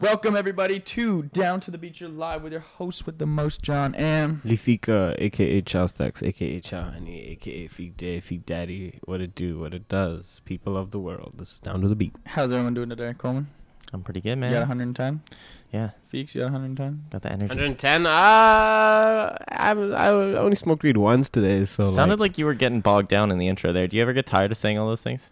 Welcome everybody to Down to the Beach. You're live with your host with the most, John and Lefika, aka Child Stacks, aka Child Honey, aka Feek Day, Feek Daddy. What it do, what it does. People of the world. This is down to the beat. how's everyone doing today, Coleman? I'm pretty good, You got man. 110. Yeah, Feeks, you got 110. got the energy. 110. Uh, I, was- uh, I only smoked weed once today, so. Sounded like you were getting bogged down in the intro there. Do you ever get tired of saying all those things?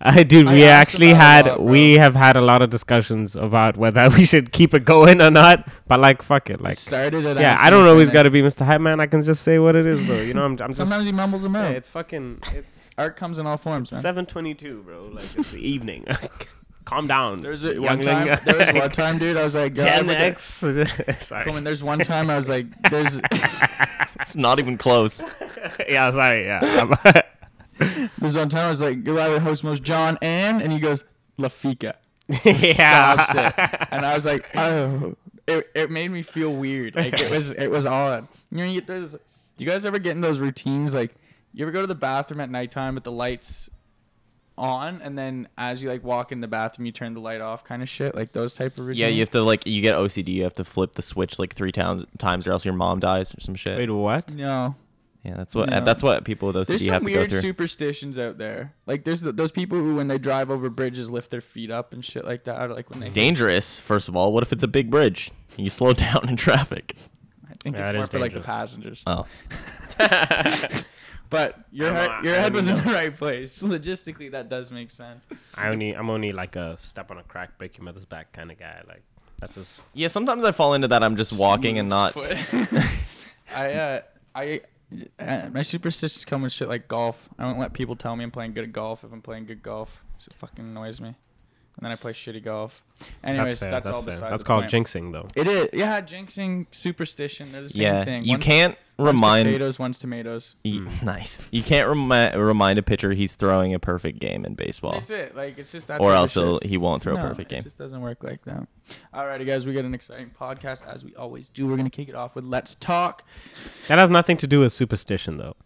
I dude, I we asked actually about it a had lot, bro. we have had a lot of discussions about whether we should keep it going or not. But like, fuck it, like, started it. yeah, I don't always got to be Mr. Hype Man. I can just say what it is, though. You know, I'm, I'm just. Sometimes he mumbles them Yeah, out. it's fucking. It's Art comes in all forms, man. 7:22, bro. Like it's the evening. Calm down. There's a, one youngling. time. There was one time, dude. I was like, God, Gen with the- X. sorry. Coleman, there's one time I was like, there's It's not even close. yeah, sorry. Yeah. there's one time I was like, you're live with host most, John and, and he goes Lafika. yeah. stops it. And I was like, oh, it, it made me feel weird. Like it was it was odd. You know, you get those. Do you guys ever get in those routines? Like, you ever go to the bathroom at nighttime with the lights on, and then as you like walk in the bathroom, you turn the light off, kind of shit, like those type of routines. Yeah, you have to like you get OCD. You have to flip the switch like three times, times or else your mom dies or some shit. Wait, what? No, yeah, that's what No. that's what people with there's OCD some have to go weird through. superstitions out there. Like there's th those people who, when they drive over bridges, lift their feet up and shit like that. Or, like when they, Dangerous, first of all. What if it's a big bridge? You slow down in traffic. I think it's That more is for like the dangerous. passengers. Oh, But your I'm head, not- your I head was in mean, the right place. Logistically, that does make sense. I only, I'm only like a step on a crack, break your mother's back kind of guy. Like that's just. yeah. Sometimes I fall into that. I'm just walking and not. I uh, I uh, my superstitions come with shit like golf. I don't let people tell me I'm playing good at golf if I'm playing good golf. So it fucking annoys me. And then I play shitty golf. Anyways, that's, fair, all fair. beside That's the called point. jinxing, though. It is yeah, jinxing, superstition. They're the same Yeah, thing. you One's- can't one's remind potatoes, one's tomatoes. Y- nice. You can't remi- remind a pitcher he's throwing a perfect game in baseball, That's it. Like it's just that. or type of else shit. he'll- he won't throw No, a perfect It game. just doesn't work like that. Alrighty, guys, we got an exciting podcast as we always do. We're gonna kick it off with "Let's Talk." That has nothing to do with superstition, though.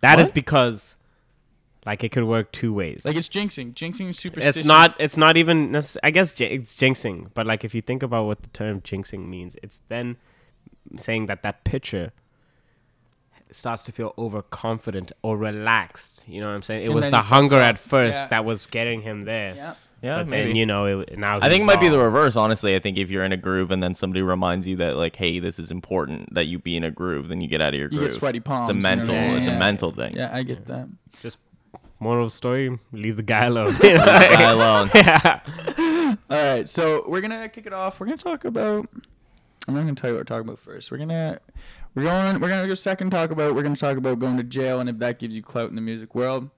That is What? because, like, it could work two ways. Like it's jinxing, jinxing is superstition. it's not. It's not even. necess- I guess j- it's jinxing, but like, if you think about what the term jinxing means, it's then saying that that pitcher starts to feel overconfident or relaxed. You know what I'm saying? It And was then the he fucks hunger up. at first Yeah. that was getting him there. Yeah. Yeah, but then, you know, it, now I think it he's might be the all- reverse, honestly. I think if you're in a groove and then somebody reminds you that, like, hey, this is important that you be in a groove, then you get out of your You groove. get sweaty palms. it's a you know what I mental, mean? it's Yeah. a mental thing. Yeah, I get that. "Oh, moral of the story. Leave the guy alone. Leave the guy alone. All right, so we're gonna kick it off. We're gonna talk about. I'm not gonna tell you what we're talking about first. We're gonna we're going we're gonna go second talk about. We're gonna talk about going to jail and if that gives you clout in the music world.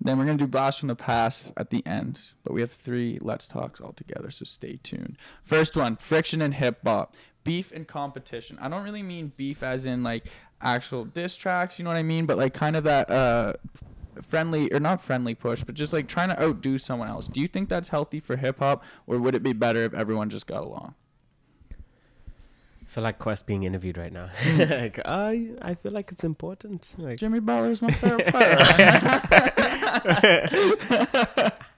Then we're gonna do blast from the past at the end. But we have three let's talks all together, so stay tuned. First one: friction and hip hop, beef and competition. I don't really mean beef as in like actual diss tracks. You know what I mean? But like kind of that uh friendly or not friendly push, but just like trying to outdo someone else. Do you think that's healthy for hip hop, or would it be better if everyone just got along? feel like Quest being interviewed right now. like, I, I feel like it's important. Like, Jimmy Butler is my favorite player.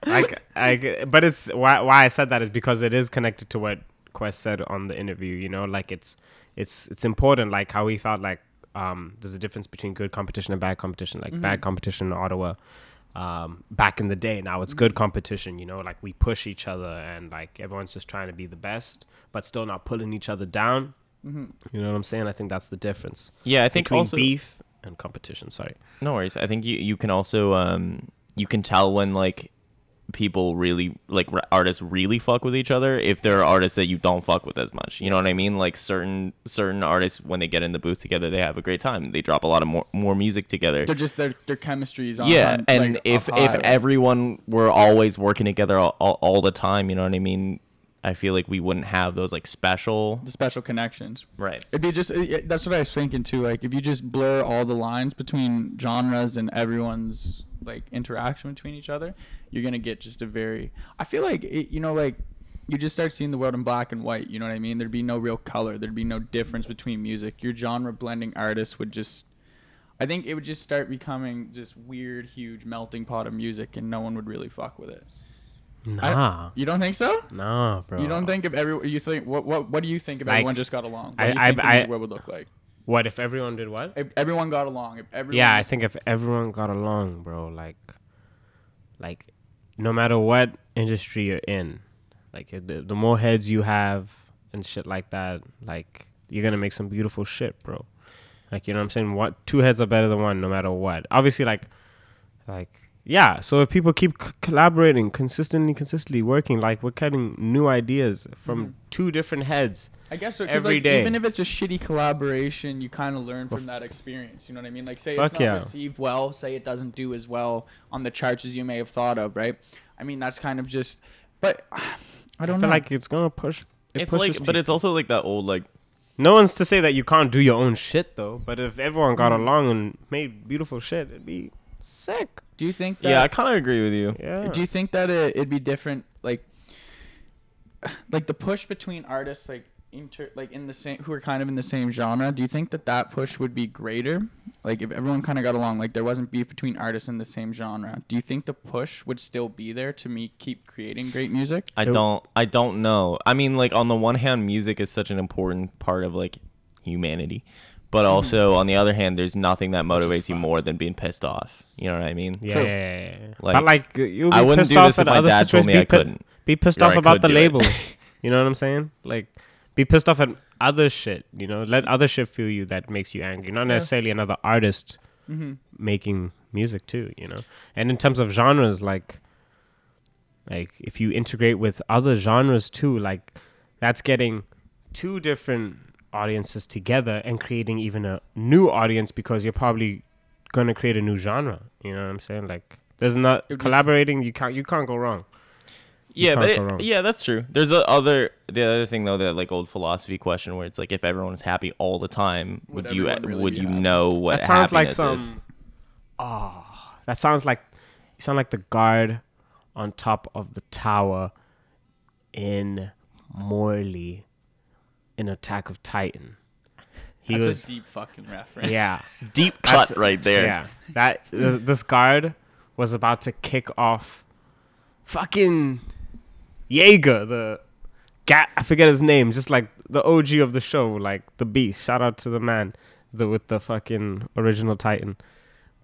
like, I, but it's why why I said that is because it is connected to what Quest said on the interview. You know, like it's it's it's important. Like how he felt like um, there's a difference between good competition and bad competition. Like Mm-hmm. bad competition in Ottawa um, back in the day. Now it's Mm-hmm. good competition. You know, like we push each other and like everyone's just trying to be the best, but still not pulling each other down. You know what I'm saying? I think that's the difference. Mm-hmm. Yeah, I think between also. beef and competition. Sorry. No worries. I think you, you can also, um, you can tell when, like, people really like r- artists really fuck with each other if there are artists that you don't fuck with as much you know what i mean like certain certain artists when they get in the booth together they have a great time they drop a lot of more, more music together They're just their their chemistry is on. yeah on, and Um, like, if up if high. everyone were always working together all, all, all the time you know what i mean i feel like we wouldn't have those like special the special connections. right It'd be just it- it- that's what I was thinking too. Like if you just blur all the lines between genres and everyone's like interaction between each other, you're gonna get just a very. I feel like it, you know like you just start seeing the world in black and white. You know what I mean? There'd be no real color. There'd be no difference between music. Your genre blending artists would just. I think it would just start becoming this weird, huge melting pot of music, and no one would really fuck with it. I- Nah, you don't think so? nah, Ah. bro. You don't think if everyone you think what what what do you think if Like, everyone just got along? What I- do you I- think the I- New world would look like? What if everyone did what? If everyone got along, if everyone yeah, I think if everyone got along, bro, like, like, no matter what industry you're in, like, the, the more heads you have and shit like that, like, you're gonna make some beautiful shit, bro. Like, you know what I'm saying? What two heads are better than one, no matter what. Obviously, like, like, yeah. So if people keep c- collaborating consistently, consistently working, like, we're getting new ideas from two different heads. I guess so. 'cause, Every like, day. Even if it's a shitty collaboration, you kind of learn from that experience. You know what I mean? Like, say Fuck it's not yeah. received well, say it doesn't do as well on the charts as you may have thought of, right? I mean, that's kind of just. But I I don't feel know. like it's gonna push. It it's pushes like, but it's also like that old like No one's to say that you can't do your own shit though. But if everyone got Mm. along and made beautiful shit, it'd be sick. do you think? That, yeah. I kind of agree with you. Yeah. Do you think that it, it'd be different, like, like the push between artists, like inter, like in the same, who are kind of in the same genre? Do you think that that push would be greater, like if everyone kind of got along, like there wasn't beef between artists in the same genre? Do you think the push would still be there to me keep creating great music? I don't I don't know. I mean like on the one hand music is such an important part of like humanity. But Mm-hmm. also on the other hand there's nothing that motivates you more than being pissed off. You know what I mean? yeah, So- yeah, yeah, yeah. Like, but like, you I wouldn't pissed do off this at if my other dad told situations. me be I pi- couldn't. Be pissed Or off I about the could do it. labels. you know what I'm saying? Like, be pissed off at other shit. You know, let other shit fuel you that makes you angry, not necessarily another artist Mm-hmm. making music too. You know, and in terms of genres, like, like if you integrate with other genres too, like that's getting two different audiences together and creating even a new audience because you're probably gonna create a new genre. You know what I'm saying? Like there's not It just- collaborating. You can't you can't go wrong. Yeah, can't but go wrong. it, yeah, that's true. There's a other the other thing though that like old philosophy question where it's like if everyone was happy all the time, would, Would you everyone really would be you happy? know what that sounds like happiness is? some. Ah, that sounds like you sound like the guard on top of the tower in Morley in Attack of Titan. He That's was a deep fucking reference. yeah. deep That's- cut right there. Yeah, that th- this guard was about to kick off fucking Jaeger, the Ga- I forget his name, just like the OG of the show, like the beast. Shout out to the man the with the fucking original Titan.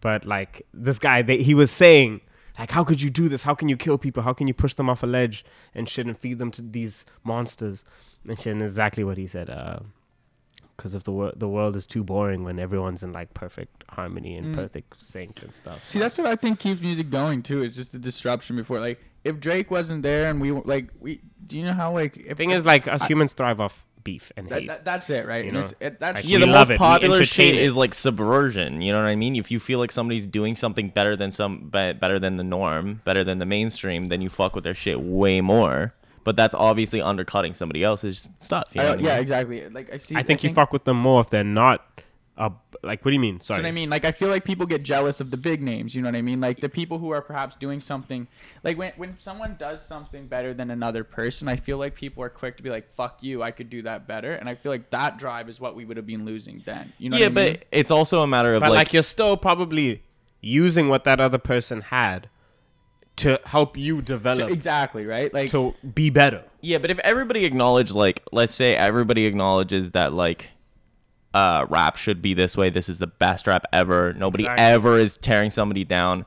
But like this guy, they, he was saying. Like, how could you do this? How can you kill people? How can you push them off a ledge and shit and feed them to these monsters? And shit, and exactly what he said. Uh, because if the world the world is too boring when everyone's in like perfect harmony Mm. and perfect sync and stuff. See, that's what I think keeps music going too. It's just the disruption before. Like, if Drake wasn't there, and we w- like, we do you know how like if, the thing is, like us humans thrive off beef and that, hate. that- that's it, right? You And know, it's, it, that's like, Yeah, We the love most it. We popular entertain shit it. is like subversion. You know what I mean? If you feel like somebody's doing something better than some be- better than the norm, better than the mainstream, then you fuck with their shit way more. But that's obviously undercutting somebody else's stuff. You know I- what I yeah, mean? exactly. Like I see. I think you fuck with them more if they're not. Uh, like what do you mean? Sorry. That's what I mean. Like I feel like people get jealous of the big names. You know what I mean? Like the people who are perhaps doing something. Like when when someone does something better than another person, I feel like people are quick to be like, "Fuck you, I could do that better." And I feel like that drive is what we would have been losing then. You know? yeah, what I but mean? it's also a matter of But like, like, you're still probably using what that other person had to help you develop exactly right. Like to be better. yeah, but if everybody acknowledged like, let's say everybody acknowledges that like. Uh, rap should be this way. This is the best rap ever. Nobody Exactly. ever is tearing somebody down.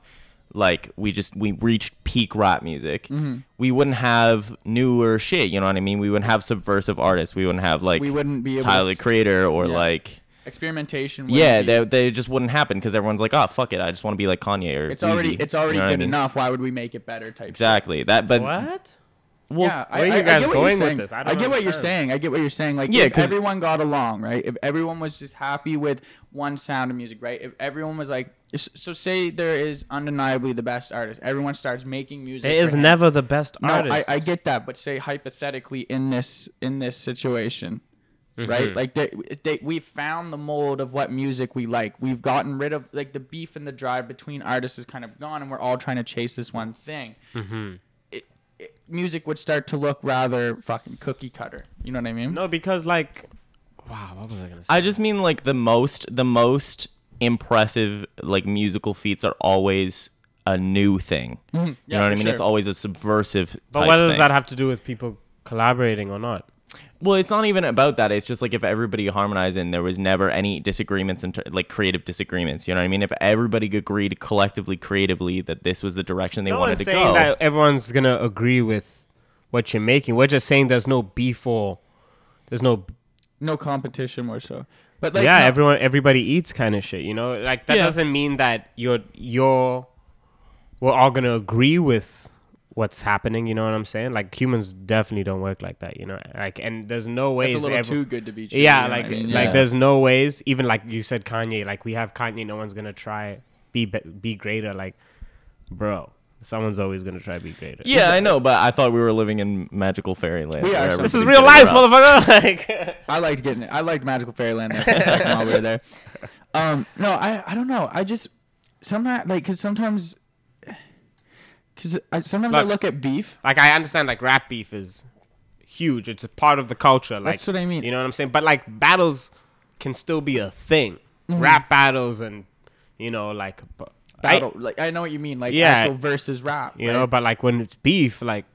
Like we just we reached peak rap music. Mm-hmm. We wouldn't have newer shit. You know what I mean? We wouldn't have subversive artists. We wouldn't have like We wouldn't be able to Tyler the s- Creator or Yeah. like experimentation. wouldn't yeah, be- they, they just wouldn't happen because everyone's like, oh fuck it, I just want to be like Kanye or it's already Weezy." it's already You know what I good mean? enough. Why would we make it better? Type. Exactly that, but What? well, yeah, where are you guys get what going you're with saying. this? I I, don't get what you're understand. saying. I get what you're saying. Like, Yeah, if 'cause- everyone got along, right? If everyone was just happy with one sound of music, right? If everyone was like, if- so say there is undeniably the best artist. Everyone starts making music. It for is him. never the best No, artist. I, I get that, but say hypothetically in this in this situation, right? Like they, they we found the mold of what music we like. We've gotten rid of like the beef and the drive between artists is kind of gone, and we're all trying to chase this one thing. It, it, music would start to look rather fucking cookie cutter. You know what I mean? no, because like, wow, what was I gonna say? I just mean like the most the most impressive like musical feats are always a new thing. Mm-hmm. you Yeah, know what for I mean? sure. It's always a subversive. But type what does thing. that have to do with people collaborating or not? Well, it's not even about that. It's just like if everybody harmonized and there was never any disagreements and like creative disagreements. You know what I mean? If everybody agreed collectively, creatively that this was the direction they no wanted one's to saying go. that everyone's gonna agree with what you're making. We're just saying there's no beef or there's no no competition more so. But like yeah, no- everyone, everybody eats kind of shit. You know, like that Yeah. doesn't mean that you're you're we're all gonna agree with what's happening. You know what I'm saying? Like humans definitely don't work like that. You know, like and there's no way it's a is little every- too good to be true. yeah, you know like what I mean? like Yeah. there's no ways. Even like you said, Kanye. Like we have Kanye. No one's gonna try be be, be greater. Like, bro, someone's always gonna try be greater. yeah, I know, but I thought we were living in magical fairyland. We where are, so- this is everybody's real gonna life, rock. motherfucker. like, I liked getting it. I liked Magical Fairyland there for a second while we were there. Um, no, I I don't know. I just sometimes like because sometimes because I, sometimes I Look. look at beef. Like I understand like rap beef is huge. It's a part of the culture. Like That's what I mean. You know what I'm saying? But like battles can still be a thing. Mm-hmm. Rap battles and you know like b- Battle, like I know what you mean, like Yeah. actual versus rap. I, you right? know, but like when it's beef, like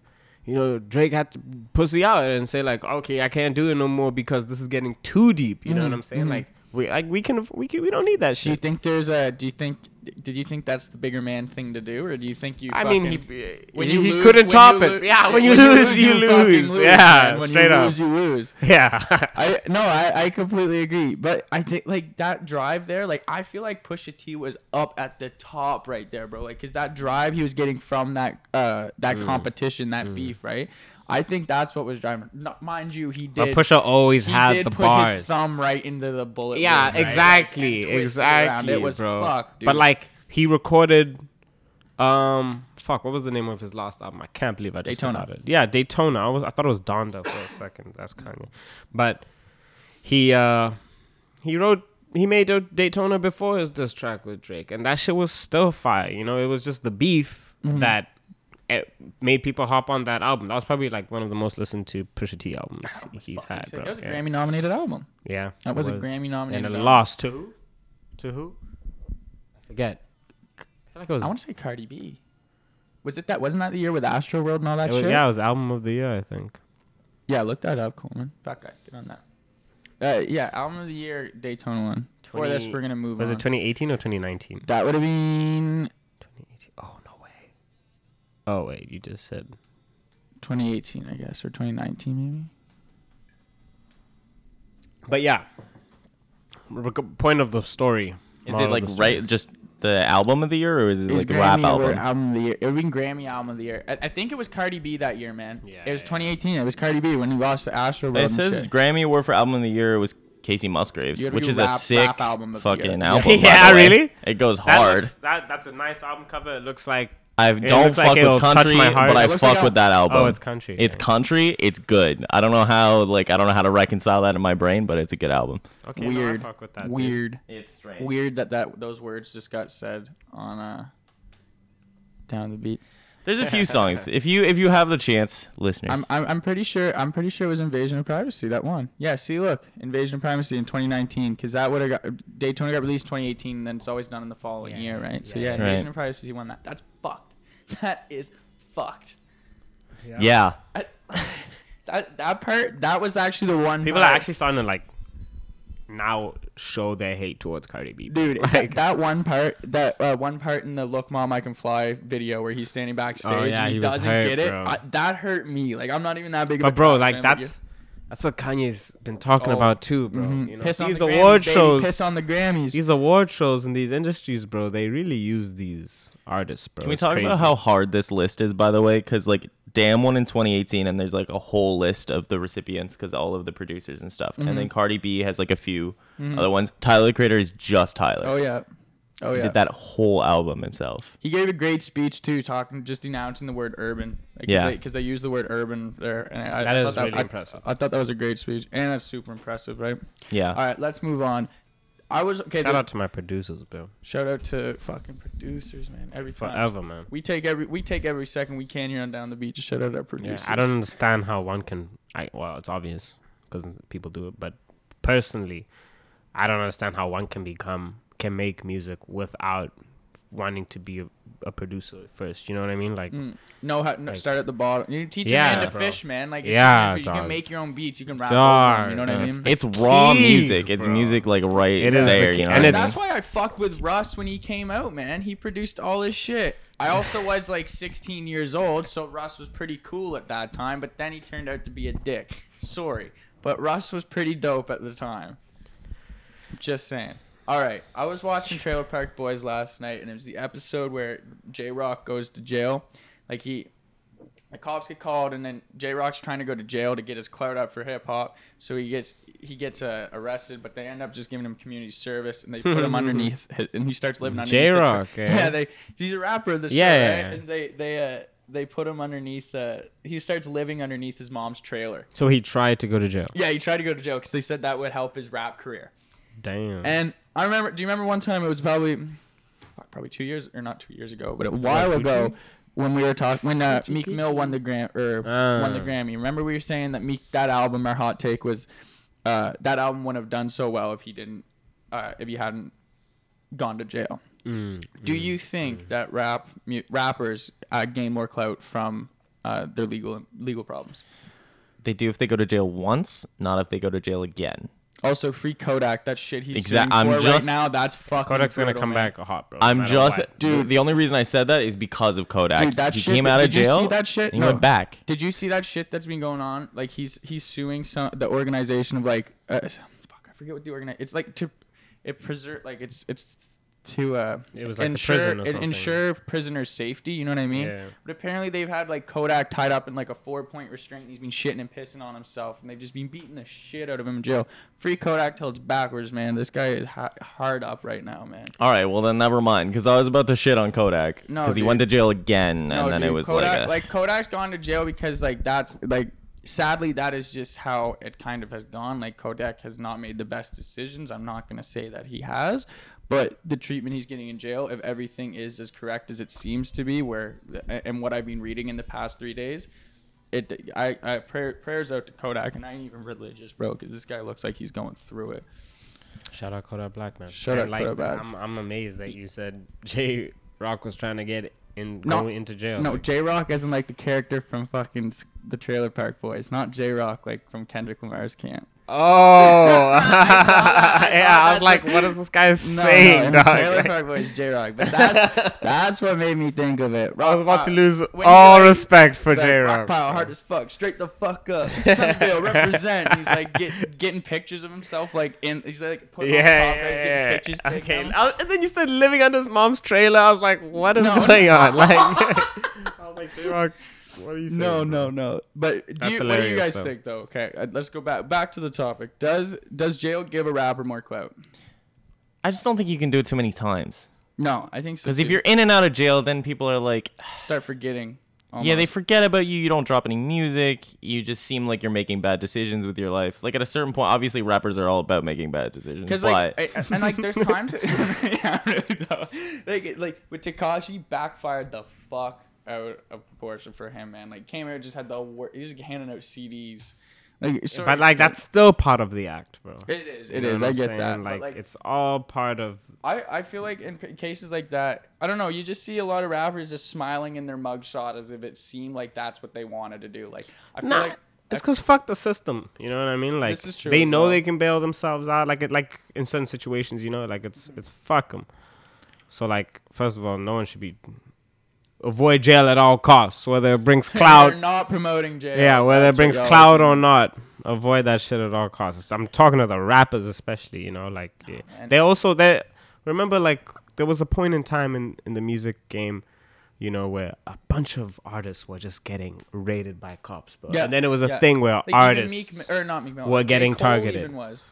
you know Drake had to pussy out and say like, okay, I can't do it no more because this is getting too deep. You know what I'm saying? Like we like we can we can we don't need that do Mm-hmm. you shit. think there's a? Do you think? Did you think that's the bigger man thing to do, or do you think you? I mean, he, fucking- when when he, you he lose- when couldn't you top lo- it. Yeah, when you, lose, you fucking lose. Yeah, man. When straight you up. lose, you lose. yeah. I no, I, I completely agree. But I think like that drive there, like I feel like Pusha T was up at the top right there, bro. Like cause that drive he was getting from that uh that Mm. competition, that beef, right? I think that's what was driving. Not, mind you, he But did. Pusha always he has did the put his bars. thumb right into the bullet. Yeah, wound, right? exactly, Like, and twisted it around. exactly, It was bro. fucked, dude. But like he recorded, um, fuck, what was the name of his last album? I can't believe I just Daytona. forgot it. Yeah, Daytona. I was, I thought it was Donda for a second. That's Kanye, but he, uh, he wrote. He made a Daytona before his diss track with Drake, and that shit was still fire. You know, it was just the beef Mm-hmm. that eh, made people hop on that album. That was probably like one of the most listened to Pusha T albums he's had, Sick. bro. It was a Yeah. Grammy nominated album. Yeah. That it was a Grammy-nominated And it album. lost to who? To who? I forget. I feel like it was, I want to say Cardi B. Was it that? Wasn't that the year with Astro World and all that it was- shit? yeah, it was album of the year, I think. Yeah, look that up, Coleman. Fuck guy, get on that. Uh, yeah, album of the year, Daytona one. For this, 20 we're gonna move. Was on. it 2018 or 2019? That would have been 2018. Oh, no way. Oh, wait, you just said 2018, I guess, or 2019, maybe. But yeah. Re- Point of the story. Is moral it of like the story. right just the album of the year or is it It was like the rap Grammy or album? album of the year. It would have been Grammy album of the year. I, I think it was Cardi B that year, man. Yeah, it was yeah. 2018. It was Cardi B when he lost to Astro World. It and says shit. Grammy Award for album of the year was Casey Musgraves, You gotta which do is a rap- sick rap album of the year. fucking Yeah. album. by Yeah, the way. really? It goes That hard. looks- that, that's a nice album cover. It looks like. I it don't looks like fuck it'll with touch country, my heart. but I It looks fuck like a- with that album. Oh, it's country, It's yeah. country. It's good. I don't know how. Like I don't know how to reconcile that in my brain, but it's a good album. Okay, no, I weird. fuck with that, dude. weird. It's strange. Weird that that those words just got said on uh down the beat. There's a few songs. If you if you have the chance, listeners, I'm, I'm, I'm pretty sure I'm pretty sure it was Invasion of Privacy that one. Yeah, see, look, Invasion of Privacy in 2019 because that would have got Daytona got released 2018, and then it's always done in the following Yeah. year, right? So Yeah. yeah, Right. Invasion of Privacy won that. That's fucked. That is fucked. yeah. I- that that part that was actually the one People are part- actually starting to like now show their hate towards Cardi B. Dude, like, that, that one part, that uh, one part in the "Look, Mom, I Can Fly" video where he's standing backstage Oh, yeah, and he, he was doesn't hurt, get it, bro. I, that hurt me. Like I'm not even that big of a but bro, trap like fan you- that's that's what Kanye's been talking Oh. about too, bro. Mhm. You know? piss on these the Grammys, award baby, shows, Piss on the Grammys. these award shows in these industries, bro. They really use these artists, bro. Can we It's talk about crazy. how hard this list is, by the way? Because like Damn won in 2018, and there's like a whole list of the recipients because all of the producers and stuff. And Mm-hmm. then Cardi B has like a few other ones. Tyler the Creator is just Tyler. Oh yeah. Oh yeah. Did that whole album himself. He gave a great speech too, talking just denouncing the word urban. Like, Yeah. Because they, use the word urban there, and I, That I is thought really I- impressive. I, thought that was a great speech, and that's super impressive, right? Yeah. All right, let's move on. I was okay. Shout the- out to my producers, bro. shout out to fucking producers, man. Every time. Forever, man. We take every we take every second we can here on down the beach. to Shout out our Yeah, producers. I don't understand how one can. I well, it's obvious because people do it, but personally, I don't understand how one can become can make music without wanting to be a, a producer first. You know what I mean? Mm. Like, No, how, no Like- start at the bottom. You teach a Yeah, man to bro. fish, man. Like, it's Yeah, yeah, you dog. can make your own beats. You can rap. Dog, Over them, you know what I that's mean? the It's raw key, music. It's bro. music like right It is the there, key, you know. and what I it's- mean? That's why I fucked with Russ when he came out, man. He produced all his shit. I also was like 16 years old, so Russ was pretty cool at that time, but then he turned out to be a dick. Sorry. But Russ was pretty dope at the time. Just saying. All right. I was watching Trailer Park Boys last night, and it was the episode where J Rock goes to jail. Like, he. The cops get called, and then J Rock's trying to go to jail to get his clout up for hip hop. So he gets he gets uh, arrested, but they end up just giving him community service, and they put him underneath, hi- and he starts living underneath. the tra- J-Rock, eh? yeah, they he's a rapper. The show, Yeah. right? And they they uh, they put him underneath. Uh, he starts living underneath his mom's trailer. so he tried to go to jail. Yeah, he tried to go to jail because they said that would help his rap career. Damn. And I remember. Do you remember one time? It was probably, fuck, probably two years or not two years ago, but a while ago when we were talking when uh, Meek Mill won the Gram or won the Ah. Grammy. Remember we were saying that Meek that album our hot take was uh, that album wouldn't have done so well if he didn't uh, if he hadn't gone to jail. Mm, Do you think that rap mu- rappers uh, gain more clout from uh, their legal legal problems? They do if they go to jail once, not if they go to jail again. Also, free Kodak. That shit he's Exact- suing I'm for right just- now. That's fucking. Kodak's gonna brutal, come man. back hot, bro. no I'm matter just, what. dude. The only reason I said that is because of Kodak. Dude, that he shit- came out of did you see jail. that shit? and He No. went back. Did you see that shit that's been going on? Like he's he's suing some the organization of like uh, fuck I forget what the organization. It's like to it preserve like it's it's to uh It was like the ensure, prison or it- something. ensure prisoner safety. You know what I mean? Yeah. But apparently they've had like Kodak tied up in like a four point restraint. and He's been shitting and pissing on himself, and they've just been beating the shit out of him in jail. Free Kodak till it's backwards, man. This guy is ha- hard up right now, man. All right, well then never mind, because I was about to shit on Kodak, No, because he dude. went to jail again, No, and then it dude, was Kodak, like, a, Kodak's gone to jail because like that's like sadly that is just how it kind of has gone. Like Kodak has not made the best decisions. I'm not gonna say that he has, but the treatment he's getting in jail, if everything is as correct as it seems to be, where and what I've been reading in the past three days. It, I, I prayer, prayers out to Kodak, and I ain't even religious, bro, because this guy looks like he's going through it. shout out Kodak Black, man. Shout And, out Kodak Black. I'm, I'm amazed that you said J Rock was trying to get in No. going into jail. No, Like, J Rock isn't like the character from fucking s- the Trailer Park Boys, not J Rock like from Kendrick Lamar's camp. Oh, that. I yeah. saw I was that. like, what is this guy No, saying? no, and dog? Trailer Like, Park Boys, J Rock. But that's, that's what made me think of it. Uh, I was about to lose when all he- respect for He's like, J Rock pile, hard Rock. as fuck, straight the fuck up. Sunville, represent. And he's like get, getting pictures of himself, like in. He's like Yeah, putting on top, he's getting yeah, pictures yeah. taken Okay, of him. I was- and then you said living under his mom's trailer. I was like, what is No, no. going on? Like, I was like, J Rock, what are you saying? No, no, no. But do That's you, what do you hilarious, guys though. think though? Okay, uh, let's go back back to the topic. Does does jail give a rapper more clout? I just don't think you can do it too many times, No, I think so. because if too. you're in and out of jail, then people are like, start forgetting, yeah, they almost. forget about you. You don't drop any music. You just seem like you're making bad decisions with your life. Like at a certain point, obviously rappers are all about making bad decisions, but Because like, I- and like, there's times, yeah, really though. Like, like with Takashi, backfired the fuck out of proportion for him, man. Like, came out just had the worst. He's just handing out CDs. Like, sorry, But like, that's still part of the act, bro. it is. You It know is. what I I'm get saying? that. Like, Like, like it's all part of. I, I feel like in p- cases like that, I don't know. You just see a lot of rappers just smiling in their mugshot as if it seemed like that's what they wanted to do. Like, I feel Nah, like it's because fuck the system. You know what I mean? Like This is true they as know well. they can bail themselves out. Like it, like in certain situations, you know, like it's it's fuck them. So like, first of all, no one should be avoid jail at all costs, whether it brings they're clout. not promoting jail. yeah, whether it That's what brings y'all- clout or not, avoid that shit at all costs. I'm talking to the rappers, especially. You know, like yeah. Oh, man. they also they remember like there was a point in time in in the music game. You know, where a bunch of artists were just getting raided by cops, bro. Yeah, and then it was a yeah. thing where Like, even artists Meek, er Mi- or not Meek Mill, were J. getting Cole targeted. Even was.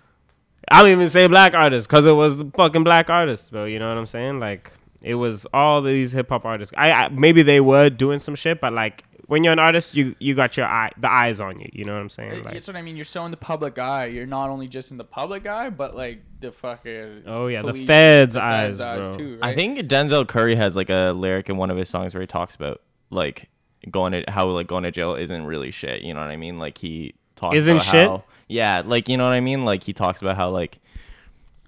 I don't even say black artists because it was the fucking black artists, bro. You know what I'm saying? Like it was all these hip hop artists. I, I maybe they were doing some shit, but like when you're an artist, you you got your eye the eyes on you. You know what I'm saying? Like That's what I mean. You're so in the public eye. You're not only just in the public eye, but like the fucking. oh yeah, the police- feds, the eyes, feds' eyes bro. too. I right? think Denzel Curry has like a lyric in one of his songs where he talks about like going to how like going to jail isn't really shit. You know what I mean? Like he talks Isn't about shit? How, yeah, like you know what I mean? Like he talks about how like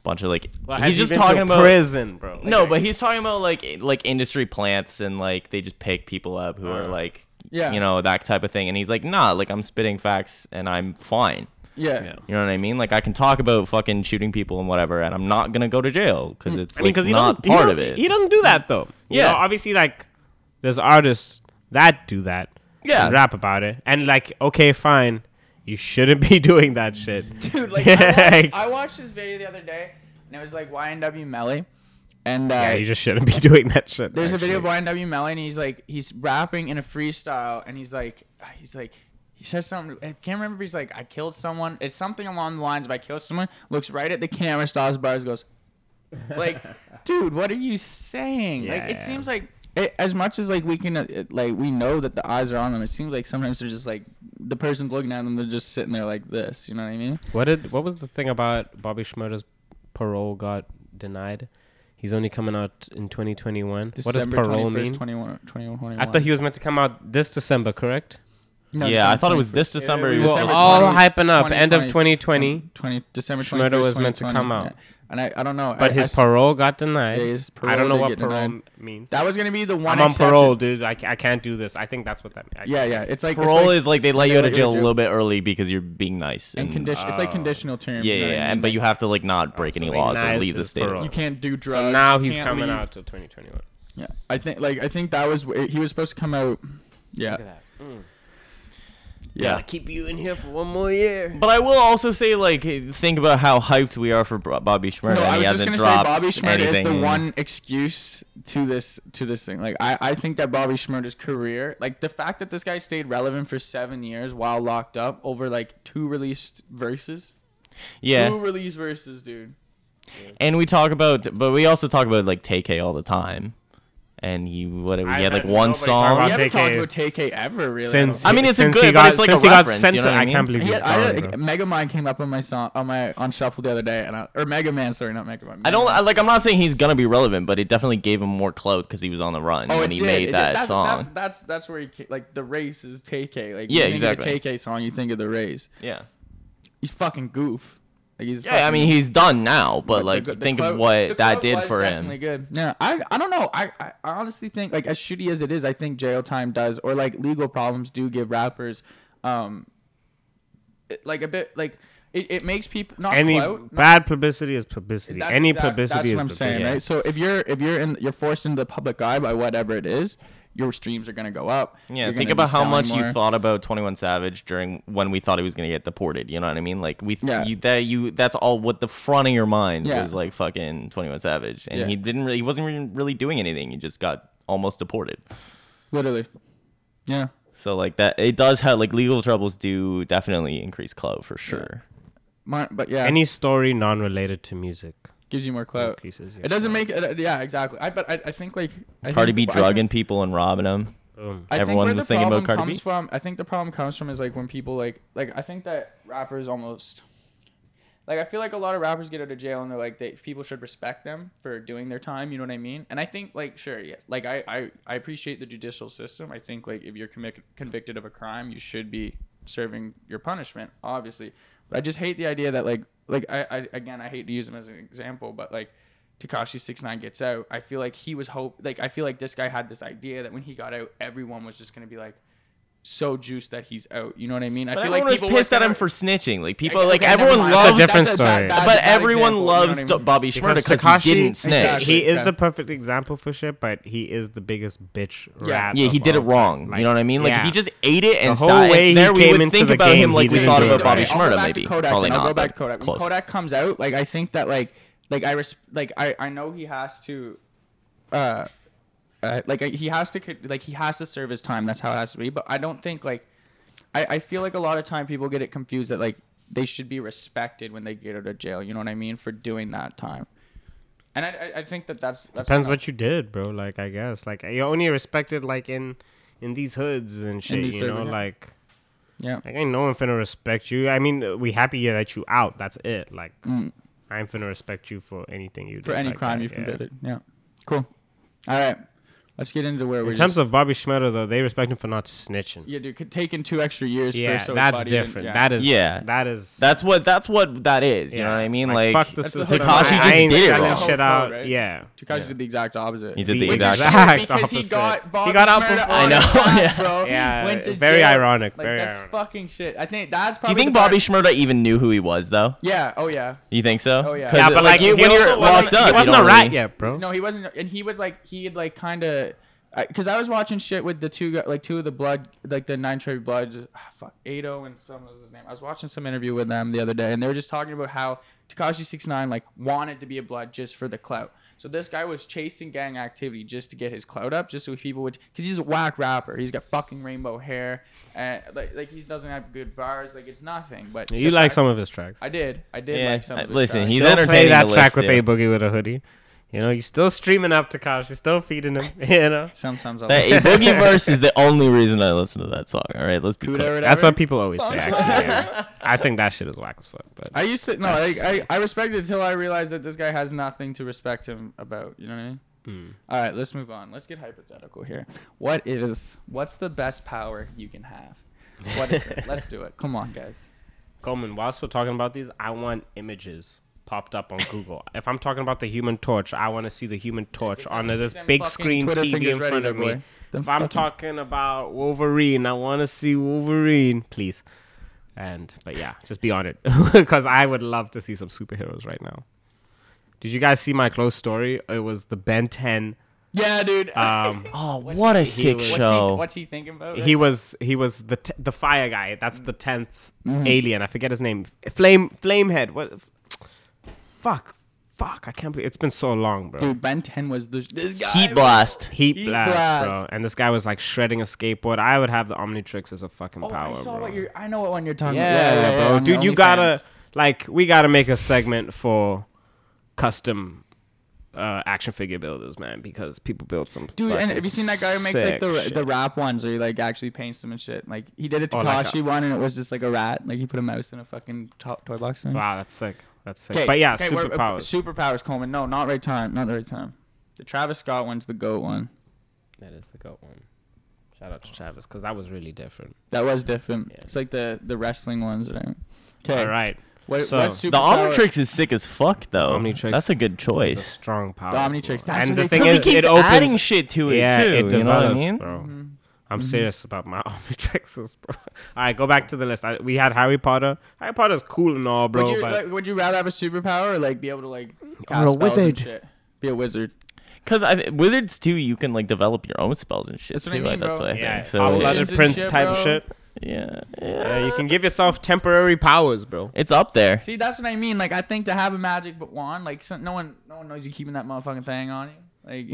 bunch of like Well, has he's he just been talking to about prison, bro. no, but he's talking about like like industry plants and like they just pick people up who are Uh. like Yeah. you know that type of thing. And he's like, nah, like I'm spitting facts and I'm fine. Yeah. Yeah. You know what I mean? Like I can talk about fucking shooting people and whatever, and I'm not gonna go to jail because it's Hmm. I mean, like because he not doesn't- he part don't- of it. He doesn't do that though. You Yeah. know, obviously, like there's artists that do that. Yeah. and rap about it, and like, okay, fine, you shouldn't be doing that shit. Dude, like, I, watched, I watched this video the other day, and it was like YNW Melly, and uh, yeah, you just shouldn't be doing that shit. There's a video actually. of YNW Melly, and he's like, he's rapping in a freestyle, and he's like, he's like, he says something. I can't remember if he's like, I killed someone. It's something along the lines of I killed someone. Looks right at the camera, stops, bars, goes, like, dude, what are you saying? like, it Yeah. seems like. It, as much as like we can uh, it- like we know that the eyes are on them it seems like sometimes they're just like the person's looking at them they're just sitting there like this you know what i mean What did what was the thing about Bobby Schmurder's parole got denied? He's only coming out in 2021. what does parole 21st, mean? 21, 21, I thought he was meant to come out this December, correct? No, yeah, I December thought it was 21st. this December. we he was were supposed to- all hyping up, end of 2020, 20 December Schmurda 21st, was meant to 2020, come out. yeah. And I, I don't know. but I- I his s- parole got denied. Yeah, his I don't parole know did what get parole denied. means. That was gonna be the one. I'm on exception. parole, dude. I, ca- I can't do this. I think that's what that means. Yeah, yeah. It's like it's parole like- is like they let they you out let you out of jail of a jail. little bit early because you're being nice uh, and condition. It's like conditional terms. Yeah, you know yeah, what I yeah, and mean? but you have to like not break so any like laws or nice leave to the the state. parole. you can't do drugs. So now he's can't coming leave. Uh, out till 2021. Yeah, I think like I think that was wh- he was supposed to come out. Yeah, yeah. Yeah. Mm. keep you in here for one more year. But I will also say, like, think about how hyped we are for Bro- Bobby Schmurda. No, and I was he just hasn't gonna say dropped Bobby Schmurda anything. is the one excuse to this to this thing. Like I, I think that Bobby Schmurda's career, like the fact that this guy stayed relevant for seven years while locked up over like two released verses, two Yeah, released verses, dude. and we talk about, but we also talk about like TK all the time, and he what he I had like heard one nobody talk about We song. TK. haven't talked about TK ever really. I don't Since I mean, it's a since good- he but got, it's like a since he got reference, sent you know to, what I I, mean? can't believe he's Yeah, I, gone, bro. Mega Mind came up on my song on my on shuffle the other day, and I, or Mega Man, sorry, not Mega Man. I don't I, like. I'm not saying he's gonna be relevant, but it definitely gave him more clout because he was on the run Oh, when it he did, it made did. that that's, song. That's, that's that's where he ca- like the race is TK. Like Yeah, you exactly. Think of a TK song, you think of the race. yeah, He's fucking goof. Like he's yeah. I fucking- mean, he's done now, but, the like, gl- the think quote- of the what that quote did was for definitely him. Good. Yeah, I I don't know. I, I I honestly think like as shitty as it is, I think jail time does or like legal problems do give rappers, um, it- like a bit like it, it makes people not Any clout. not- bad publicity is publicity. that's Any exact- publicity That's is what I'm publicity. saying, right? So if you're if you're in you're forced into the public eye by whatever it is, your streams are gonna go up. Yeah, You're think gonna be about how selling much more. you thought about Twenty One Savage during when we thought he was gonna get deported. You know what I mean? Like we, th- Yeah. you, that you, that's all what the front of your mind Yeah. was like. Fucking Twenty One Savage, and Yeah. he didn't really, he wasn't really- really doing anything. He just got almost deported. literally. Yeah. So like that, it does have like legal troubles do definitely increase clout for sure. My, but yeah, Any story non-related to music. gives you more clout. increases your It doesn't make it. Yeah, exactly. I but I, I think like I Cardi B think, I think- drugging people and robbing them. Boom. I think Everyone where was the thinking about problem Cardi comes B. From, I think the problem comes from is like when people like like I think that rappers almost like I feel like a lot of rappers get out of jail and they're like they people should respect them for doing their time, you know what I mean? And I think like sure, yeah. Like I I, I appreciate the judicial system. I think like if you're commi- convicted of a crime, you should be serving your punishment, obviously. But I just hate the idea that like like I, I again I hate to use him as an example, but like Takashi Six Nine gets out, I feel like he was hope like I feel like this guy had this idea that when he got out, everyone was just gonna be like so juiced that he's out. You know what I mean? I But feel everyone like was were pissed at kinda- him for snitching. Like people, Okay, like never everyone mind. loves, That's a different story. bad- but bad everyone example, you know what loves I mean? Bobby Schmurda Because because Tekashi- he didn't snitch. Exactly. He is Yeah. the perfect example for shit, but he is the biggest bitch Yeah. rat. Yeah, he of did it all time. wrong. Like, you know what I mean? Like yeah. if he just ate it and whole sat way and he there, we came would into think the about game, him he like we didn't thought do about it Bobby right. I'll go Schmurda, back maybe. To Kodak, Probably and I'll not. go back but to Kodak. close. When Kodak comes out, like I think that like like I res- like I I know he has to. uh uh, like I- he has to co- like he has to serve his time that's how it has to be but i don't think like I, I feel like a lot of time people get it confused that like they should be respected when they get out of jail you know what i mean for doing that time and i i, I think that that's, that's Depends what you did, bro. Like I guess, like you're only respected like in in these hoods and shit. these You know, circles, yeah. like yeah like ain't no one finna respect you. I mean, we happy that you out. That's it. Like I ain't finna respect you for anything you Mm. did. for any like crime that, you've yeah. committed yeah cool all right Let's get into where we're In terms just, of Bobby Schmurda, though, they respect him for not snitching. yeah, dude, could taking two extra years. Yeah, for so his that's body didn't- different. yeah. That is. Yeah. That is. That's what that's what that is. You know yeah. what I mean? Like, fuck this That's the is whole Takashi point. just I ain't did it selling wrong. shit shit out, out. right? Yeah. Takashi did the exact opposite. He did the Which is exact- shit Exact because he opposite. got Bobby He got out Shmurda before. on I his know, back, yeah. bro. Yeah, Went to very jail. ironic, Like very that's ironic. fucking shit. I think that's do probably. you think the part- Bobby Schmurda even knew who he was though? Yeah. Oh yeah. You think so? Oh, yeah. 'Cause Yeah, it- but like, you, he when also you're wasn't- locked up, he you wasn't don't a rat really- yet, bro. No, he wasn't, and he was like he had like kind of, because I was watching shit with the two gu- like two of the blood like the nine Trevi blood, ah, fuck Ado and some was his name. I was watching some interview with them the other day, and they were just talking about how Takashi six nine like wanted to be a blood just for the clout. So this guy was chasing gang activity just to get his clout up, just so people would, because he's a whack rapper. He's got fucking rainbow hair, and like like he doesn't have good bars. Like it's nothing. But You the like fact- some of his tracks. I did. I did Yeah, like some. I- Of his listen, tracks. he's still play entertaining that to track listen with to. a boogie with a hoodie. You know, you're still streaming up to Kosh. You're still feeding him. You know, sometimes I'll. That a boogie verse is the only reason I listen to that song. All right, let's be Kudo clear. or that's whatever. what people always say. Sounds Actually, yeah. I think that shit is whack as fuck. But I used to no, I, I, I respected it until I realized that this guy has nothing to respect him about. You know what I mean? All right, let's move on. Let's get hypothetical here. What is what's the best power you can have? What is it? let's do it. Come on, guys. Coleman, whilst we're talking about these, I want images popped up on Google. if I'm talking about the Human Torch, I want to see the Human Torch on this them big fucking screen Twitter TV fingers in ready, front of big boy. me. Them If I'm fucking- talking about Wolverine, I want to see Wolverine, please. And but yeah, just be on it because I would love to see some superheroes right now. Did you guys see my close story? It was the Ben 10. Yeah, dude. Um, Oh, what a sick what's He, show! what's he thinking about? he was he was the t- the fire guy. That's the 10th Mm-hmm. alien. I forget his name. Flame Flamehead. What? Fuck, fuck! I can't believe it's been so long, bro. dude, Ben 10 was the, this guy. Heat blast. Heat Heat blast, blast. bro. And this guy was like shredding a skateboard. I would have the Omnitrix as a fucking Oh, power, I saw bro. what you're. I know what one you're yeah, talking about. yeah, bro. on Dude, you OnlyFans. gotta like we gotta make a segment for custom. Uh, action figure builders, man, because people build some. Dude, and fucking have you seen that guy who makes like sick the shit. the rap ones where he like actually paints them and shit? Like he did a Or like uh, a- Takashi one and it was just like a rat. Like he put a mouse in a fucking to- toy box thing. Wow, that's sick. That's sick. 'Kay, But yeah, 'kay, we're- uh, superpowers. Superpowers, Coleman. No, not right time. Not the right time. The Travis Scott one's the goat one. That is the goat one. Shout out to Travis because that was really different. That was different. Yeah. It's like the the wrestling ones. Right? Okay. All right, What, So- what The The superpower- Omnitrix is sick as fuck though. Omnitrix That's a good it's a choice. strong power. The Omnitrix, bro. that's what and they the thing call Because is, he keeps it opens. adding shit to it yeah, too. it develops, you know what I mean? bro. Mm-hmm. I'm serious about my Omnitrixes, bro. All right, go back to the list. I, we had Harry Potter. Harry Potter's cool and all, bro. Would you, but like, would you rather have a superpower or like be able to like Or a cast spells and wizard. shit? Be a wizard. Because wizards too, you can like develop your own spells and shit That's what I too. mean, that's bro. what I yeah, think. So I'll let hot-blooded Legends and prince shit, type bro. shit. yeah, Uh, yeah. you can give yourself temporary powers, bro. It's up there. See, that's what I mean. Like, I think to have a magic but wand, like, some, no one, no one knows you keeping that motherfucking thing on you. Like,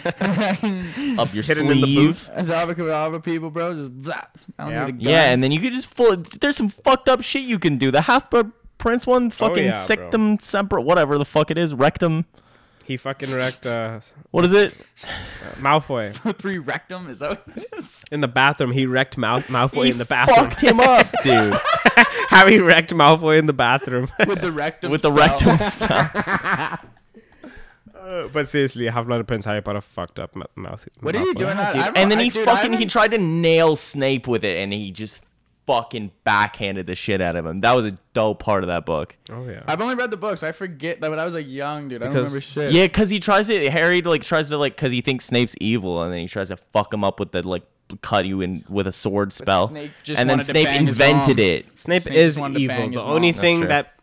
Up your hidden in the sleeve. booth. Abracadabra people, bro, just zap. I don't Yeah. need a gun. Yeah, and then you could just full. There's some fucked up shit you can do. The half blood prince one, fucking yeah, bro. sectum semper, whatever the fuck it is, rectum. He fucking wrecked uh, What is it? Malfoy three rectum is out. Just- in the bathroom. He wrecked Mal- Malfoy He in the bathroom. fucked him up, dude, Harry wrecked Malfoy in the bathroom. with the rectum. with the spell. rectum spell. Uh, but seriously, Half Blood Prince Harry Potter fucked up mouth. mouth What are you Malfoy. doing? I- I don't- and then I- he dude, I fucking he haven't- tried to nail Snape with it, and he just fucking backhanded the shit out of him. That was a dope part of that book. Oh yeah. I've only read the books. I forget that, but I was like young, dude. I don't Because- remember shit. Yeah, because he tries to Harry like tries to like because he thinks Snape's evil, and then he tries to fuck him up with the like cut you in with a sword spell, Snape just and then wanted to Snape bang his invented mom. it. Snape, Snape just is wanted to bang evil. his The only mom. thing That's that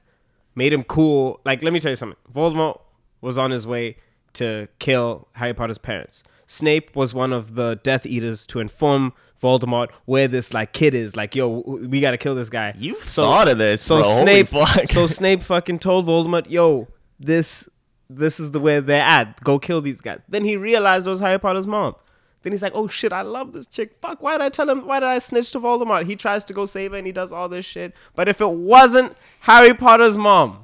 made him cool, like let me tell you something. Voldemort was on his way to kill Harry Potter's parents. Snape was one of the Death Eaters to inform Voldemort where this like kid is. Like, yo, w- w- we gotta kill this guy. You thought of this, so bro. Holy Snape, fuck. so Snape fucking told Voldemort, yo, this, this is the where they're at. Go kill these guys. Then he realized it was Harry Potter's mom. Then he's like, oh shit, I love this chick. Fuck, why did I tell him? Why did I snitch to Voldemort? He tries to go save her and he does all this shit. But if it wasn't Harry Potter's mom,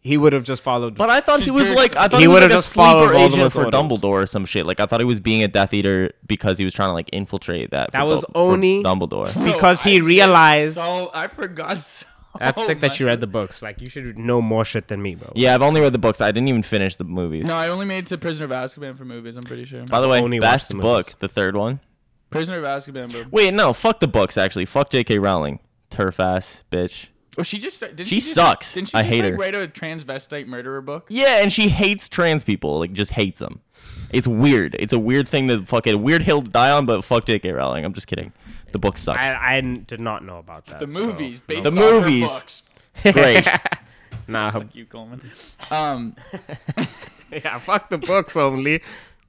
he would have just followed. But I thought he Just was very- like I thought He he, was would've like a just followed sleeper agent Voldemort's for orders. Dumbledore or some shit. Like I thought he was being a Death Eater because he was trying to like infiltrate that. for That was Dum- for only- Dumbledore. because he realized So I forgot. So That's Oh sick that my you read the books. Like you should know more shit than me, bro. Yeah, I've only read the books. I didn't even finish the movies. No, I only made it to Prisoner of Azkaban for movies. I'm pretty sure. By the way, Only watched best the movies. book, the third one. Prisoner of Azkaban. Bro. Wait, no, fuck the books actually. Fuck J.K. Rowling, turf ass bitch. Oh, she just did. She sucks. Didn't she I just, hate like, her. Write a transvestite murderer book. Yeah, and she hates trans people. Like, just hates them. It's weird. It's a weird thing to fucking weird hill to die on. But fuck J.K. Rowling. I'm just kidding. The books suck. I, I n- did not know about that. The so- movies based The on her movies. books. Great. Nah, her- You Coleman. Um, yeah, fuck the books only.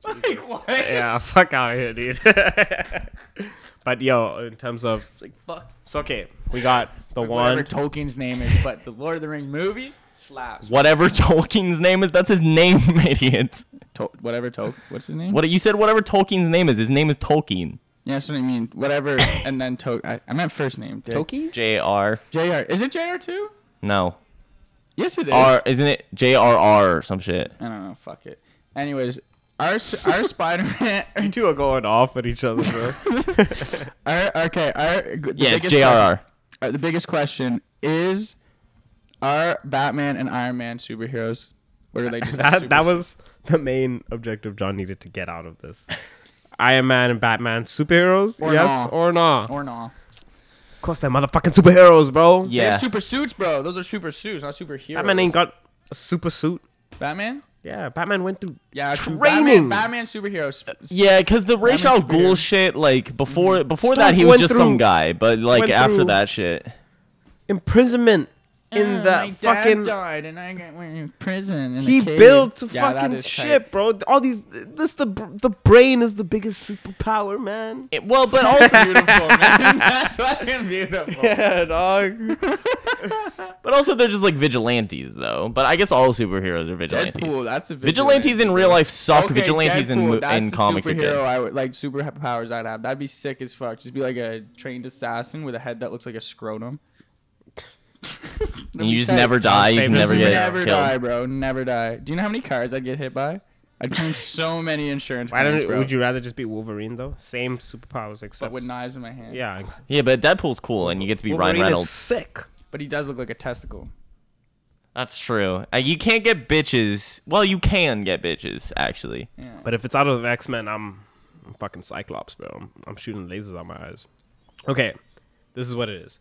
like, what? yeah, fuck out of here, dude. but yo, in terms of It's like fuck. it's okay. We got the Whatever one. Tolkien's name is, but the Lord of the Ring movies slaps. whatever Tolkien's name is, that's his name, idiot. Tol- whatever Tolkien. What's his name? What you said? Whatever Tolkien's name is, his name is Tolkien. Yeah, that's what I mean. Whatever, and then to- I, I meant first name. Tokies? J.R. Jr. Is it Jr. too? No. Yes, it is. R isn't it J.R.R. or some shit? I don't know. Fuck it. Anyways, our s- our Spider-Man. You two are going off at each other, bro. Our, okay, our the Yeah, it's biggest J.R.R. que- uh, the biggest question is: Are Batman and Iron Man superheroes? Or are they just like that that supers- was the main objective John needed to get out of this. Iron Man and Batman superheroes, Or yes nah. or not? or no? Of course, they're motherfucking superheroes, bro. They Yeah. have super suits, bro. Those are super suits, not superheroes. Batman ain't got a super suit. Batman. Yeah, Batman went through Yeah, true. Training. Uh, Batman, Batman superheroes. Yeah, because the Ra's al Batman's Ghul weird. shit, like before Mm-hmm. before Stark that, he was went just some through- guy, but like went after through- that shit, imprisonment in Uh, that my fucking. dad died and I got went in prison. And He a cage. built a Yeah, that fucking is tight. ship, bro. All these, this the the brain is the biggest superpower, man. Eh, It- well, but also, beautiful, man. That's fucking beautiful. Yeah, dog. but also they're just like vigilantes, though. But I guess all superheroes are vigilantes. Deadpool, that's a vigilantes in vigilante, real bro. life suck. Okay, vigilantes in Deadpool, mo- that's in the comics are superhero good. I would like superpowers I'd have. That'd be sick as fuck. Just be like a trained assassin with a head that looks like a scrotum. And you just never die. You can favorite never superhero. get never killed. die, bro. Never die. Do you know how many cars I'd get hit by? I'd claim so many insurance. Why claims, don't? bro, Would you rather just be Wolverine though? Same superpowers except. But with knives in my hand. yeah, ex- Yeah, but Deadpool's cool, and you get to be Wolverine Ryan is Reynolds. sick. But he does look like a testicle. That's true. Uh, you can't get bitches. Well, you can get bitches actually. But if it's out of X Men, I'm, I'm fucking Cyclops, bro. I'm, I'm shooting lasers out my eyes. Okay, this is what it is.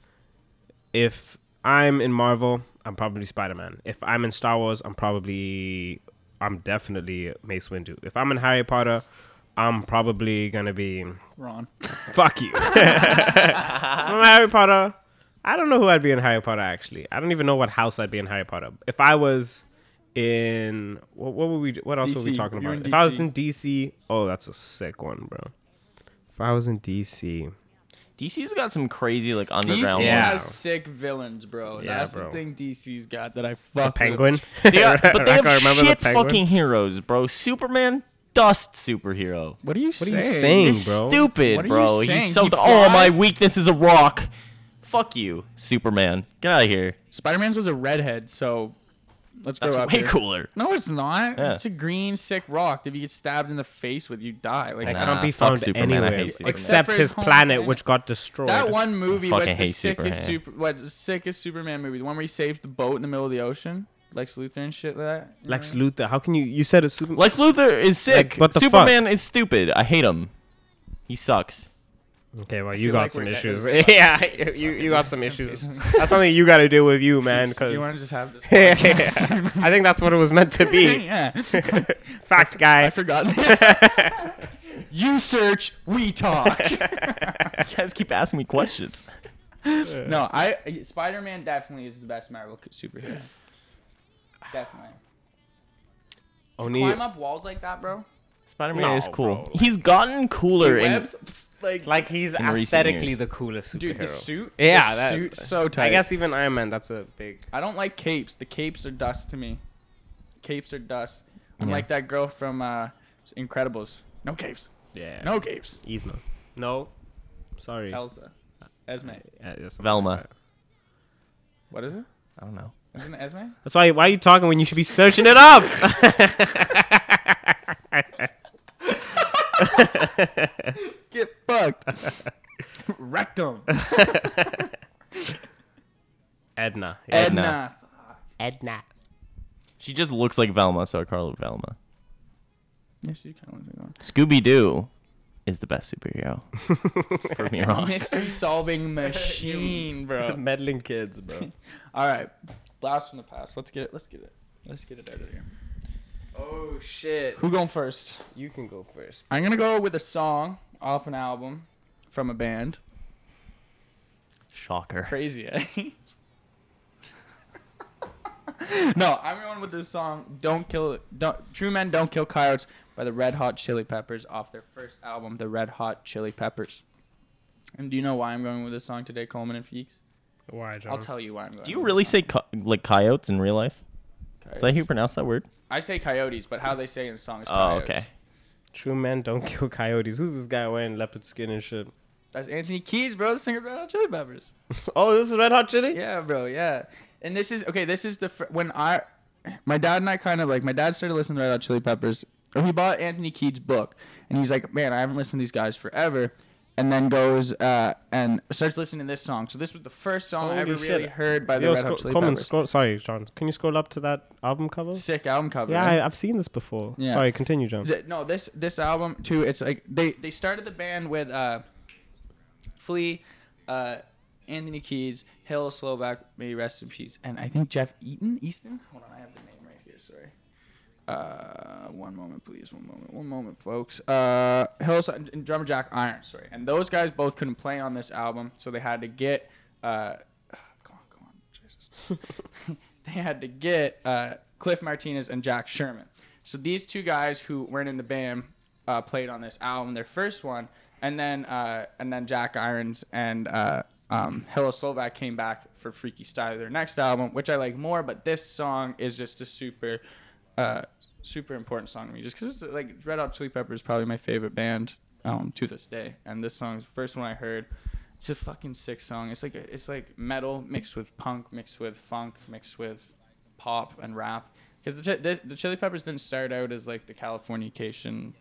If I'm in Marvel, I'm probably Spider Man. If I'm in Star Wars, I'm probably, I'm definitely Mace Windu. If I'm in Harry Potter, I'm probably gonna be Ron. fuck you. I'm Harry Potter. I don't know who I'd be in Harry Potter actually. I don't even know what house I'd be in Harry Potter. If I was in what, what were we? What else were we DC. talking You're about? in If I was DC. in DC, oh, that's a sick one, bro. If I was in DC, DC's got some crazy like DC underground. Yeah. has sick villains, bro. Yeah, That's bro. the thing DC's got that I fuck with. Penguin. They are, but they Rocco, have remember the shit Penguin? fucking heroes, bro. Superman, dust superhero. What are you What are saying? you saying, He's bro? stupid, What are you bro. He's saying? so. He oh, my flies? weakness is a rock. Fuck you, Superman. Get out of here. Spider Man's was a redhead, so let's That's grow up. way here. cooler. No, it's not. Yeah. It's a green, sick rock. If you get stabbed in the face with, you die. Like Nah. I Can't don't. be fuck found Superman, I anywhere hate Superman. except Except for his his home planet, planet. which got destroyed. That one movie was fucking the hate sickest Superman. super, what the sickest Superman movie? The one where he saved the boat in the middle of the ocean, Lex Luthor and shit like that. You know Lex what I mean? Luthor. How can you? You said a Superman. Lex Luthor is Like, sick. what the Superman is stupid. I hate him. He sucks. Okay, well, you feel got like some we're- issues. yeah, you, you got some issues. That's something you got to deal with, you man. Do you want to just Because have this? I podcast? think that's what it was meant to be. yeah. Fact, I guy. forgot. you search, we talk. You guys keep asking me questions. No, I Spider Man definitely is the best Marvel c- superhero. Definitely. Only Climb up walls like that, bro. Spider-Man No, is cool. bro, like- He's gotten cooler. In, Webs, pss, like, like he's recent aesthetically years. the coolest superhero. dude, the suit. Yeah, the that- suit so tight. I guess even Iron Man. That's a big. I don't like capes. The capes are dust to me. Capes are dust. I'm Yeah. like that girl from uh, Incredibles. No capes. Yeah. No capes. Yzma. No. Sorry. Elsa. Esme. Yeah, yeah, something Velma. like that. What is it? I don't know. Isn't it Esme? That's why. Why are you talking when you should be searching it up? Get fucked. Rectum. Edna. Yeah. Edna. Edna. Edna. She just looks like Velma, so I call her Velma. Yeah, she kind of wants to go. Scooby Doo is the best superhero. Prove me wrong. Mystery solving machine, bro. Meddling kids, bro. All right, blast from the past. Let's get it. Let's get it. Let's get it out of here. oh shit. Who going first? You can go first. I'm gonna go with a song off an album from a band. Shocker. Crazy, eh? no, I'm going with this song. Don't kill. Don't, True men don't kill coyotes by the Red Hot Chili Peppers off their first album, The Red Hot Chili Peppers. And do you know why I'm going with this song today, Coleman and Feeks? Why, John? I'll tell you why I'm going. Do you really say co- like coyotes in real life? Is that how you Coyotes. pronounce that word? I say coyotes, but how they say it in the song is Oh, coyotes. okay. True men don't kill coyotes. Who's this guy wearing leopard skin and shit? That's Anthony Keys, bro, the singer of Red Hot Chili Peppers. oh, this is Red Hot Chili. Yeah, bro. Yeah. And this is okay. This is the fir- when I, my dad and I kind of like my dad started listening to Red Hot Chili Peppers, or he bought Anthony Keats' book, and he's like, man, I haven't listened to these guys forever, and then goes uh, and starts listening to this song. So this was the first song I Holy ever shit. really heard by the Yo, Red Hot scro- Chili Coleman, Peppers. scroll. Sorry, John. Can you scroll up to that album cover? Sick album cover. Yeah, eh? I, I've seen this before. Yeah. Sorry, continue, John. Th- no this this album too it's like they they started the band with uh flea uh anthony keys hill slovak may he rest in peace and i think jeff eaton easton hold on i have the name right here sorry uh one moment please one moment one moment folks uh hill and and drummer jack iron sorry and those guys both couldn't play on this album so they had to get uh come on come on jesus they had to get uh, Cliff Martinez and Jack Sherman. So these two guys who weren't in the band uh, played on this album, their first one, and then uh, and then Jack Irons and uh, um, Hello Slovak came back for Freaky Style, their next album, which I like more. But this song is just a super, uh, super important song to me, just because it's like Red Hot Chili Peppers is probably my favorite band um, to this day, and this song is the first one I heard. It's a fucking sick song. It's like it's like metal mixed with punk, mixed with funk, mixed with pop and rap. Because the, Chi- this- the Chili Peppers didn't start out as like the Californication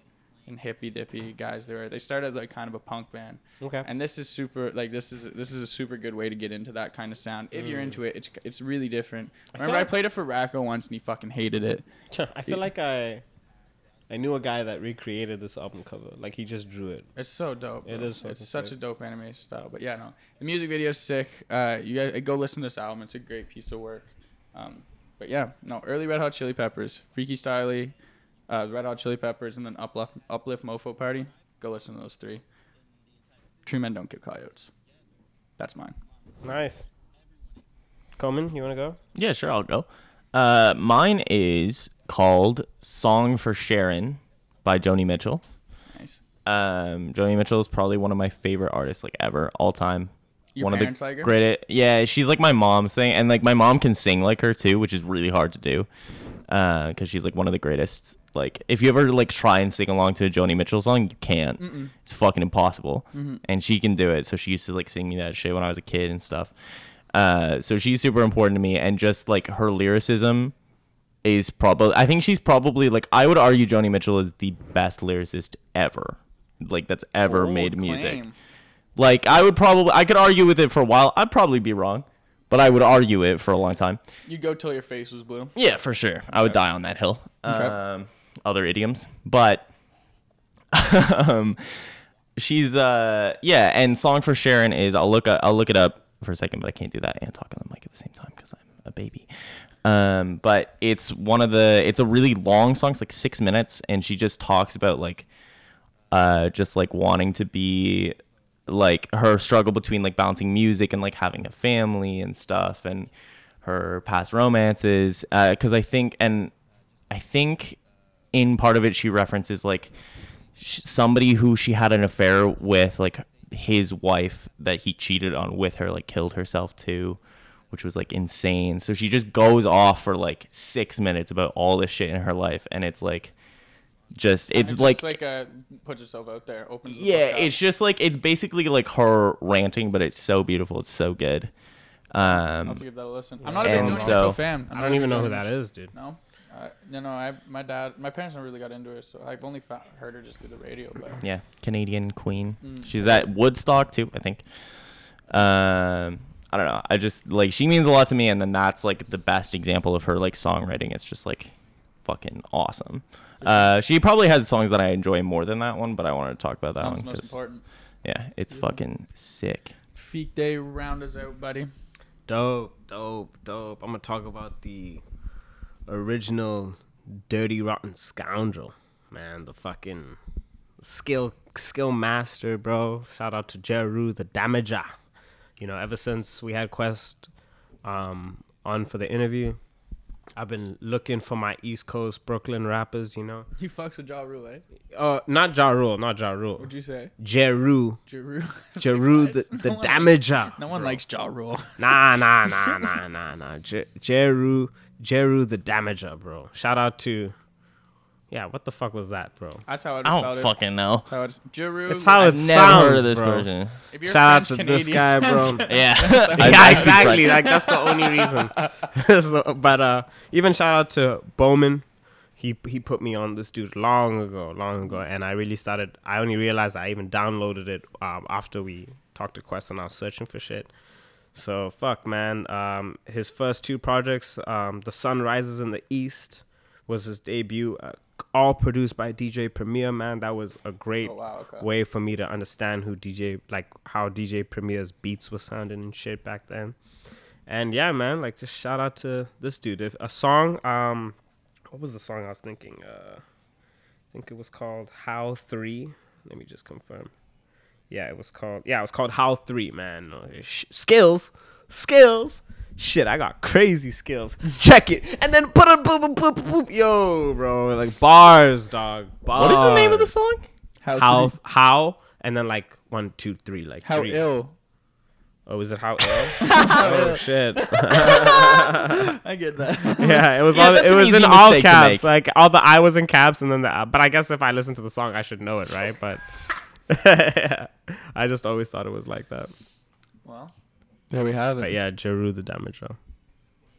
and hippy dippy guys. They were they started as like kind of a punk band. Okay. And this is super like this is this is a super good way to get into that kind of sound. If you're into it, it's it's really different. Remember I like- played it for Racco once and he fucking hated it. I feel like I, I knew a guy that recreated this album cover. Like he just drew it. It's so dope. It bro. is fucking It's such sick. a dope anime style. But yeah, no, the music video is sick. Uh, you guys go listen to this album. It's a great piece of work. Um, but yeah, no, early Red Hot Chili Peppers, Freaky Styley, uh, Red Hot Chili Peppers, and then Uplift, Uplift Mofo Party. Go listen to those three. True men don't kill coyotes. That's mine. Nice. Coleman, you wanna go? Yeah, sure, I'll go. Uh, mine is called "Song for Sharon" by Joni Mitchell. Nice. Um, Joni Mitchell is probably one of my favorite artists, like ever, all time. Your one parents of the like her? greatest- Yeah, she's like my mom's thing, and like my mom can sing like her too, which is really hard to do, because she's like one of the greatest. Like, if you ever like try and sing along to a Joni Mitchell song, you can't. It's fucking impossible, Mm-hmm. and she can do it. So she used to like sing me that shit when I was a kid and stuff. Uh, so she's super important to me, and just like her lyricism is probably I think she's probably like I would argue Joni Mitchell is the best lyricist ever. Like that's ever Bold made music. claim. Like I would probably I could argue with it for a while. I'd probably be wrong, but I would argue it for a long time. You go till your face was blue. Yeah, for sure. I would die on that hill. Um, other idioms, but um, she's uh yeah, and song for Sharon is I'll look I'll look it up for a second, but I can't do that and talk on the mic at the same time because I'm a baby. Um, but it's one of the it's a really long song. It's like six minutes, and she just talks about like uh, just like wanting to be like her struggle between like balancing music and like having a family and stuff and her past romances because i think and i think in part of it she references like sh- somebody who she had an affair with like his wife that he cheated on with her like killed herself too which was like insane so she just goes off for like six minutes about all this shit in her life and it's like just it's It just, like like uh, puts yourself out there, opens. The yeah fuck up. it's just like it's basically like her ranting but it's so beautiful it's so good I'll um have to give that a listen. I'm not a big And Joni so- Mitchell fan. I'm not a I don't big even know Joni who Mitchell that is, dude. No, uh, no, no. I my dad, my parents never really got into her, so I've only fa- heard her just through the radio. But yeah Mm. canadian queen she's at woodstock too i think um I don't know. I just like she means a lot to me, and then that's like the best example of her like songwriting. It's just like fucking awesome. Uh, she probably has songs that I enjoy more than that one, but I wanted to talk about that That's one most 'cause, important. yeah, it's Yeah. fucking sick. Feet day round us out, buddy. Dope, dope, dope. I'm gonna talk about the original Dirty Rotten Scoundrel. Man, the fucking skill skill master, bro. Shout out to Jeru the Damager. You know, ever since we had Quest um, on for the interview, I've been looking for my East Coast Brooklyn rappers, you know. He fucks with Ja Rule, eh? Uh not Ja Rule, not Ja Rule. What'd you say? Jeru. Ja Rule. It's like, Jeru what? the, the no one- Damager. No one likes Ja Rule. Nah, nah, nah, nah, nah, nah. Je- Jeru, Jeru the Damager, bro. Shout out to, yeah. What the fuck was that, bro? That's how I'd I spelled don't it. fucking know. That's how it's Jeru. It's how I've it never sounds, heard of this bro. version. If you're Shout out to French this guy, Canadian- bro. Yeah, yeah, speak French. exactly. Like that's the only reason. That's the- but uh, even shout out to Bowman. He he put me on this dude long ago, long ago, and I really started. I only realized I even downloaded it um, after we talked to Quest and I was searching for shit. So fuck, man. Um, his first two projects, um, "The Sun Rises in the East," was his debut. Uh, all produced by DJ Premier. Man, that was a great Oh, wow, okay. way for me to understand who DJ like how DJ Premier's beats were sounding and shit back then. And yeah, man, like just shout out to this dude. If a song, um, what was the song I was thinking? Uh, I think it was called How Three. Let me just confirm. Yeah, it was called. Yeah, it was called How Three, man. Uh, sh- Skills, skills. Shit, I got crazy skills. Check it, and then put a boop, boop, boop, boop. Yo, bro, like bars, dog. Bars. What is the name of the song? How How, three- how, and then like one, two, three, like how three. ill. Oh, is it how ill? oh shit. I get that. Yeah, it was Yeah, all, that's it an was easy in all mistake to caps. make. Like all the I was in caps, and then the uh, but I guess if I listen to the song, I should know it, right? But I just always thought it was like that. Well, there we have it. But yeah, Jeru the damage though.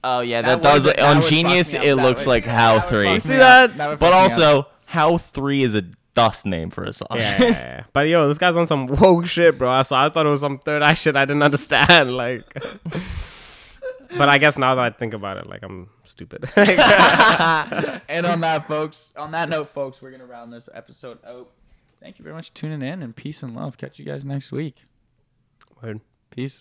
Oh yeah, That that, would- does that on would fuck Genius. me up. It That looks would- like How Three, me that? would but fuck me up. also How Three is a dust name for a song. Yeah, yeah, yeah. but yo, this guy's on some woke shit, bro. So I thought it was some third eye shit I didn't understand. Like, but I guess now that I think about it, like I'm stupid. and on that, folks, on that note, folks, we're gonna round this episode out. Thank you very much for tuning in, and peace and love. Catch you guys next week. Word. Peace.